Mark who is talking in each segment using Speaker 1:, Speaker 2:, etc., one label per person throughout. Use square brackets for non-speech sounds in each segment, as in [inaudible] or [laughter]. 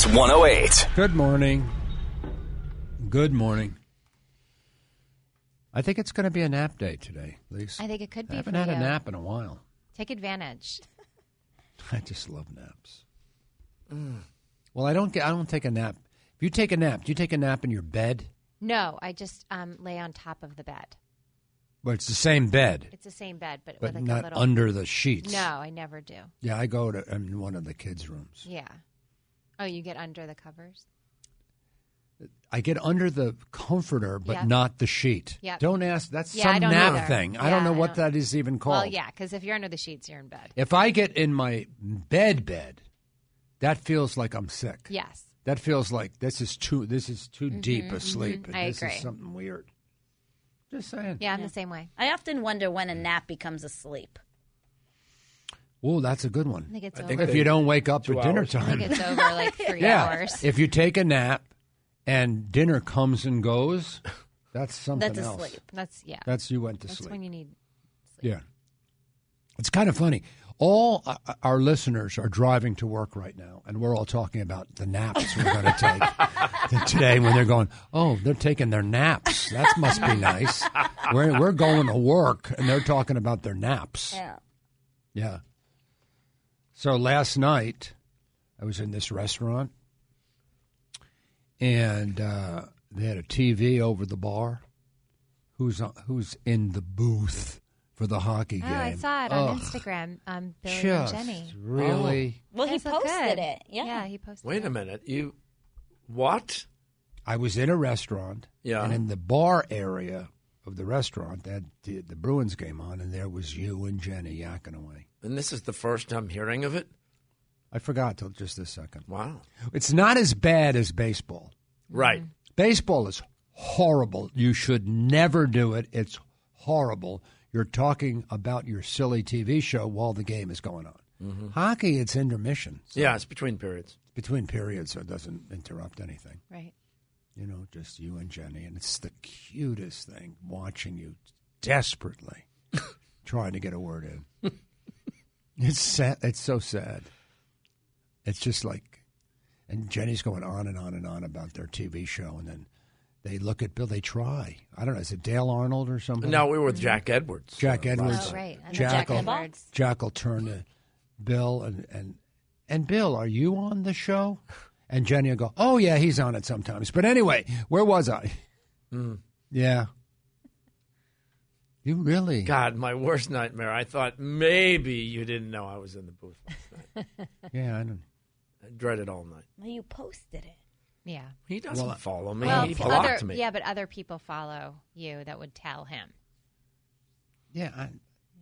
Speaker 1: It's 108.
Speaker 2: Good morning. Good morning. I think it's going to be a nap day today, Lisa.
Speaker 3: I think it could be.
Speaker 2: I haven't
Speaker 3: for
Speaker 2: had a
Speaker 3: you.
Speaker 2: nap in a while. [laughs]
Speaker 3: Take advantage.
Speaker 2: I just love naps. Well, I don't get. I don't take a nap. If you take a nap, do you take a nap in your bed?
Speaker 3: No, I just um, lay on top of the bed.
Speaker 2: Well, it's the same bed,
Speaker 3: It's the same bed, but,
Speaker 2: but
Speaker 3: with like
Speaker 2: not
Speaker 3: a little.
Speaker 2: under the sheets.
Speaker 3: No, I never do.
Speaker 2: Yeah, I go to I'm in one of the kids' rooms.
Speaker 3: Yeah. Oh, you get under the covers.
Speaker 2: I get under the comforter, but
Speaker 3: Yeah.
Speaker 2: not the sheet.
Speaker 3: Yeah.
Speaker 2: Don't ask. That's
Speaker 3: Yeah, I
Speaker 2: some
Speaker 3: don't
Speaker 2: nap
Speaker 3: either.
Speaker 2: thing. I
Speaker 3: Yeah,
Speaker 2: don't know
Speaker 3: I
Speaker 2: what
Speaker 3: don't-
Speaker 2: that is even called.
Speaker 3: Well, yeah, because if you're under the sheets, you're in bed.
Speaker 2: If I get in my bed bed, that feels like I'm sick.
Speaker 3: Yes.
Speaker 2: That feels like this is too this is too deep a sleep. and
Speaker 3: Mm-hmm, I
Speaker 2: this
Speaker 3: agree.
Speaker 2: is something weird. Just saying.
Speaker 3: Yeah, I'm the
Speaker 2: [laughs]
Speaker 3: same way.
Speaker 4: I often wonder when a nap becomes a sleep.
Speaker 2: Oh, that's a good one.
Speaker 3: I think it's over.
Speaker 2: if you don't wake up at dinner
Speaker 3: I
Speaker 2: time.
Speaker 3: think it's over like three
Speaker 2: yeah.
Speaker 3: hours.
Speaker 2: If you take a nap and dinner comes and goes, that's something
Speaker 4: That's a
Speaker 2: else.
Speaker 4: sleep.
Speaker 3: That's yeah.
Speaker 2: That's you went to
Speaker 3: That's
Speaker 2: sleep.
Speaker 3: when you need.
Speaker 2: Yeah. It's kind of funny. All uh, our listeners are driving to work right now, and we're all talking about the naps we're going to take That today when they're going, oh, they're taking their naps. That must be nice. We're, we're going to work, and they're talking about their naps.
Speaker 4: Yeah.
Speaker 2: Yeah. So last night, I was in this restaurant, and uh, they had a TV over the bar. Who's on, who's in the booth for the hockey game?
Speaker 3: Oh, I saw it
Speaker 2: Ugh,
Speaker 3: on Instagram. Um, Billy
Speaker 2: Just
Speaker 3: and Jenny.
Speaker 2: really,
Speaker 4: Well, he
Speaker 3: That's so
Speaker 4: posted
Speaker 3: good.
Speaker 4: it. Yeah.
Speaker 3: he posted.
Speaker 5: Wait
Speaker 3: it.
Speaker 5: a minute. You what?
Speaker 2: I was in a restaurant,
Speaker 5: Yeah.
Speaker 2: and in the bar area of the restaurant, that the, the Bruins game on, and there was you and Jenny yakking away.
Speaker 5: And this is the first I'm hearing of it.
Speaker 2: I forgot till just this second.
Speaker 5: Wow.
Speaker 3: Mm-hmm.
Speaker 2: It's not as bad as baseball.
Speaker 5: Right.
Speaker 2: Baseball is horrible. You should never do it. It's horrible. You're talking about your silly TV show while the game is going on. Hockey, it's intermission It's
Speaker 5: Yeah, it's between periods.
Speaker 2: between periods, so it doesn't interrupt anything.
Speaker 3: Right.
Speaker 2: You know, just you and Jenny, and it's the cutest thing watching you desperately trying to get a word in. [laughs] it's sad. It's so sad. It's just like, and Jenny's going on and on and on about their TV show, and then they look at Bill. They try. I don't know. Is it Dale Arnold or
Speaker 3: Mm-hmm.
Speaker 2: something?
Speaker 5: No, we were with Jack Edwards.
Speaker 2: Jack
Speaker 5: uh, last
Speaker 2: Edwards.
Speaker 3: Oh,
Speaker 5: night.
Speaker 3: right. And the
Speaker 2: Jack
Speaker 3: Jack
Speaker 2: will,
Speaker 3: in the Box.
Speaker 2: Jack will turn to Bill and, and and Bill, are you on the show? And Jenny will go, oh yeah, he's on it sometimes. But anyway, where was I? Yeah. You really?
Speaker 5: God, my worst nightmare. I thought maybe you didn't know I was in the booth.
Speaker 2: Yeah, I don't.
Speaker 5: I dreaded all night.
Speaker 4: Well, you posted it.
Speaker 3: Yeah.
Speaker 5: He doesn't follow me.
Speaker 3: Well,
Speaker 5: he blocked
Speaker 3: other,
Speaker 5: me.
Speaker 3: yeah, but other people follow you that would tell him.
Speaker 2: Yeah, I,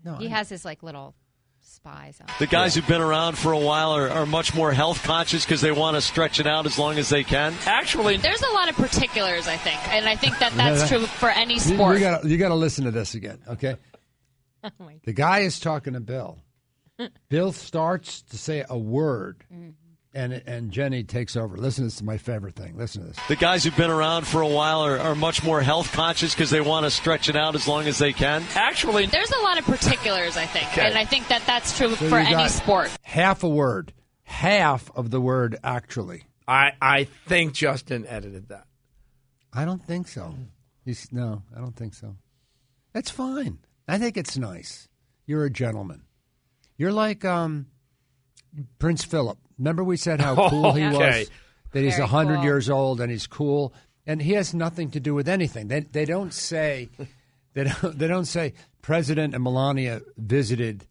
Speaker 2: no.
Speaker 3: He
Speaker 2: I-
Speaker 3: has his like little spies on.
Speaker 6: The guys who've been around for a while are, are much more health conscious because they want to stretch it out as long as they can.
Speaker 5: Actually,
Speaker 7: There's a lot of particulars, I think, and I think that
Speaker 2: Yeah, that-
Speaker 7: that's true for any
Speaker 2: You,
Speaker 7: sport.
Speaker 2: you gotta you gotta listen to this again, okay?
Speaker 3: my
Speaker 2: The guy is talking to
Speaker 3: [laughs]
Speaker 2: Bill. Bill starts to say a word,
Speaker 3: Mm-hmm.
Speaker 2: and and Jenny takes over. Listen, this is my favorite thing. Listen to this.
Speaker 6: The guys who've been around for a while are, are much more health conscious because they want to stretch it out as long as they can.
Speaker 5: actually,
Speaker 7: There's a lot of particulars, I think, and I think that that's true
Speaker 2: So
Speaker 7: for
Speaker 2: you
Speaker 7: any
Speaker 2: got
Speaker 7: sport.
Speaker 2: Half a word. Half of the word actually.
Speaker 5: I I think Justin edited that.
Speaker 2: I don't think so. He's, no, I don't think so. That's fine. I think it's nice. You're a gentleman. You're like um, Prince Philip. Remember we said [laughs] how cool he
Speaker 5: Okay.
Speaker 2: was? That he's a
Speaker 3: Very
Speaker 2: 100
Speaker 3: cool.
Speaker 2: years old and he's cool. And he has nothing to do with anything. They, they don't say... They don't, they don't say President and Melania visited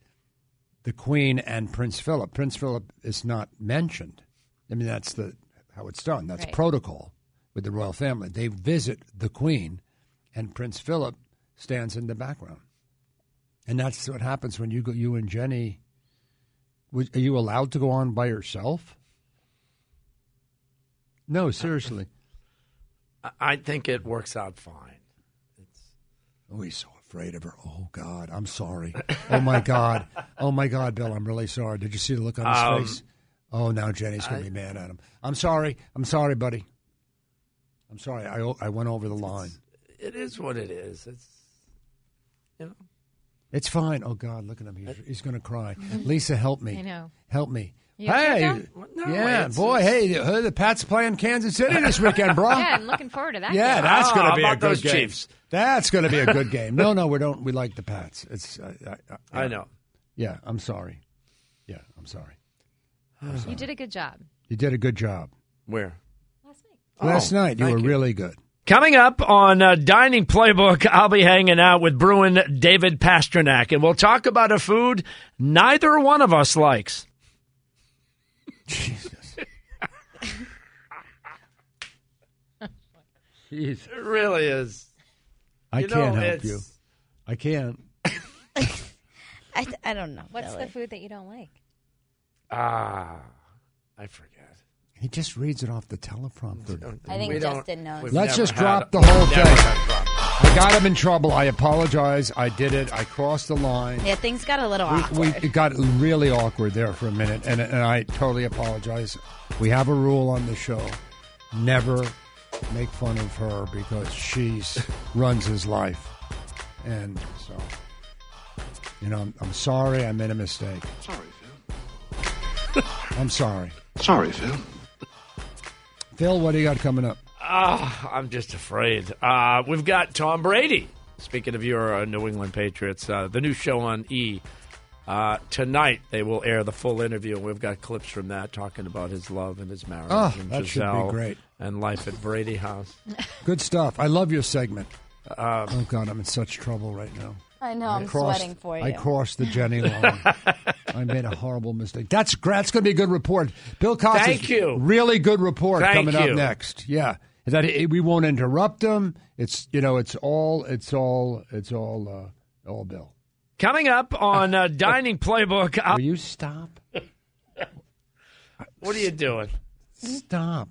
Speaker 2: the Queen and Prince Philip. Prince Philip is not mentioned. I mean, that's the how it's done. That's
Speaker 3: Right.
Speaker 2: protocol with the royal family. They visit the Queen, and Prince Philip stands in the background. And that's what happens when you go. You and Jenny, would- are you allowed to go on by yourself? No, seriously.
Speaker 5: I, I think it works out fine.
Speaker 2: Oh, he's so afraid of her. Oh God, I'm sorry. Oh my God. Oh my God, Bill, I'm really sorry. Did you see the look on his
Speaker 5: Um,
Speaker 2: face? Oh, now Jenny's gonna be mad at him. I'm sorry. I'm sorry, buddy. I'm sorry. I I went over the line.
Speaker 5: It is what it is. It's you know.
Speaker 3: [laughs]
Speaker 2: It's fine. Oh God, look at him. He's, he's gonna cry. Lisa, help me.
Speaker 3: I know.
Speaker 2: Help me.
Speaker 3: You okay
Speaker 2: Hey,
Speaker 3: with that?
Speaker 5: No,
Speaker 2: yeah,
Speaker 5: it's-
Speaker 2: boy, hey, the, the Pats playing Kansas City this weekend, bro.
Speaker 3: [laughs] Yeah, I'm looking forward to that.
Speaker 2: Yeah,
Speaker 3: game.
Speaker 2: that's going to
Speaker 5: Ah,
Speaker 2: be a
Speaker 5: about
Speaker 2: good
Speaker 5: those
Speaker 2: game.
Speaker 5: Chiefs.
Speaker 2: That's going to be a
Speaker 5: [laughs]
Speaker 2: good game. No, no, we don't. We like the Pats. It's I, I, I,
Speaker 5: I know.
Speaker 2: yeah. I'm sorry. Yeah, I'm sorry.
Speaker 3: you did a good job
Speaker 2: You did a good job
Speaker 5: Where?
Speaker 3: last night.
Speaker 2: last night. You were really good.
Speaker 5: Coming up on uh, Dining Playbook, I'll be hanging out with Bruin David Pasternak, and we'll talk about a food neither one of us likes.
Speaker 2: Jesus.
Speaker 5: It really is.
Speaker 2: I
Speaker 5: You know,
Speaker 2: can't help
Speaker 5: it's-
Speaker 2: you. I can't.
Speaker 4: I, I don't know.
Speaker 3: What's
Speaker 4: really.
Speaker 3: the food that you don't like?
Speaker 5: Ah, I forget.
Speaker 2: He just reads it off the teleprompter.
Speaker 4: I think
Speaker 5: We don't-
Speaker 4: Justin knows.
Speaker 5: we've
Speaker 2: Let's
Speaker 5: never
Speaker 2: just
Speaker 5: had
Speaker 2: drop
Speaker 5: a-
Speaker 2: the whole
Speaker 5: never
Speaker 2: thing.
Speaker 5: had a problem.
Speaker 2: I got him in trouble. I apologize. I did it. I crossed the line.
Speaker 4: Yeah, things got a little awkward.
Speaker 2: We, it got really awkward there for a minute, and, and I totally apologize. We have a rule on the show never make fun of her because she's runs his life. And so, you know, I'm, I'm sorry I made a mistake. Sorry, Phil. I'm sorry.
Speaker 1: Sorry, Phil.
Speaker 2: Phil, what do you got coming up?
Speaker 5: Ah, I'm just afraid. Uh, we've got Tom Brady. Speaking of your uh, New England Patriots, uh, the new show on E. Uh, tonight they will air the full interview, and we've got clips from that talking about his love and his marriage
Speaker 2: Oh,
Speaker 5: and
Speaker 2: that should be
Speaker 5: Giselle
Speaker 2: great.
Speaker 5: and life at Brady House.
Speaker 2: Good stuff. I love your segment.
Speaker 5: Um,
Speaker 2: oh, God, I'm in such trouble right now.
Speaker 4: I know. I'm sweating for you.
Speaker 2: I crossed the
Speaker 4: [laughs]
Speaker 2: Jenny line. I made a horrible mistake. That's that's going to be a good report. Bill Cox.
Speaker 5: Thank you.
Speaker 2: Really good report
Speaker 5: Thank
Speaker 2: coming
Speaker 5: you.
Speaker 2: up next. Yeah, that it, we won't interrupt them. It's you know, it's all, it's all, it's all, uh, all Bill.
Speaker 5: Coming up on uh, Dining Playbook, uh,
Speaker 2: Will you stop?
Speaker 5: what are you doing?
Speaker 2: Stop.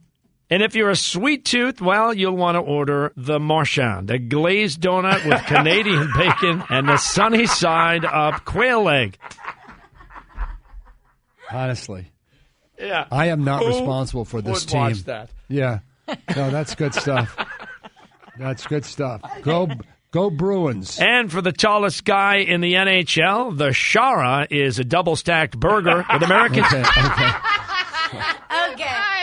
Speaker 5: And if you're a sweet tooth, well, you'll want to order the Marchand, a glazed
Speaker 2: [laughs]
Speaker 5: donut with Canadian bacon and the sunny side up quail leg.
Speaker 2: Honestly,
Speaker 5: Yeah,
Speaker 2: I am not
Speaker 5: Who
Speaker 2: responsible for this
Speaker 5: would
Speaker 2: team.
Speaker 5: watch that.
Speaker 2: Yeah. No, that's good stuff. that's good
Speaker 5: [laughs]
Speaker 2: stuff. Go, go Bruins.
Speaker 5: And for the tallest guy in the NHL, the Shara is a double stacked
Speaker 2: [laughs]
Speaker 5: burger with American.
Speaker 2: Okay. okay.
Speaker 3: I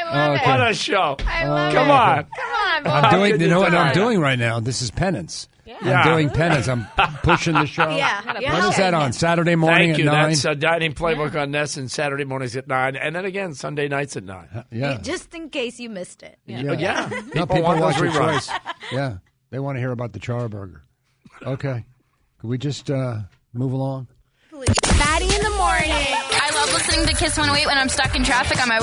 Speaker 3: love
Speaker 2: Oh,
Speaker 3: it.
Speaker 2: okay.
Speaker 5: [laughs] what a show!
Speaker 3: I love
Speaker 5: Come
Speaker 3: it.
Speaker 5: on.
Speaker 3: Come on,
Speaker 2: I'm
Speaker 3: boy.
Speaker 2: doing. You know what I'm
Speaker 5: time.
Speaker 2: doing right now? This is penance.
Speaker 5: Yeah.
Speaker 2: I'm doing penance. I'm pushing the
Speaker 5: [laughs]
Speaker 2: show.
Speaker 4: Yeah. yeah.
Speaker 2: When is that on? Saturday morning at
Speaker 5: Thank you.
Speaker 2: nine.
Speaker 5: That's uh, Dining Playbook on Nesson Saturday mornings at 9, and then again Sunday nights at 9.
Speaker 2: yeah.
Speaker 4: Just in case you missed it.
Speaker 2: yeah.
Speaker 5: Oh, Yeah.
Speaker 2: No, people
Speaker 5: want those
Speaker 2: watch your
Speaker 5: reruns.
Speaker 2: choice. Yeah, they want to hear about the char burger. Okay, could we just uh, move along?
Speaker 8: Fatty in the morning. I love listening to Kiss 108 when I'm stuck in traffic on my way.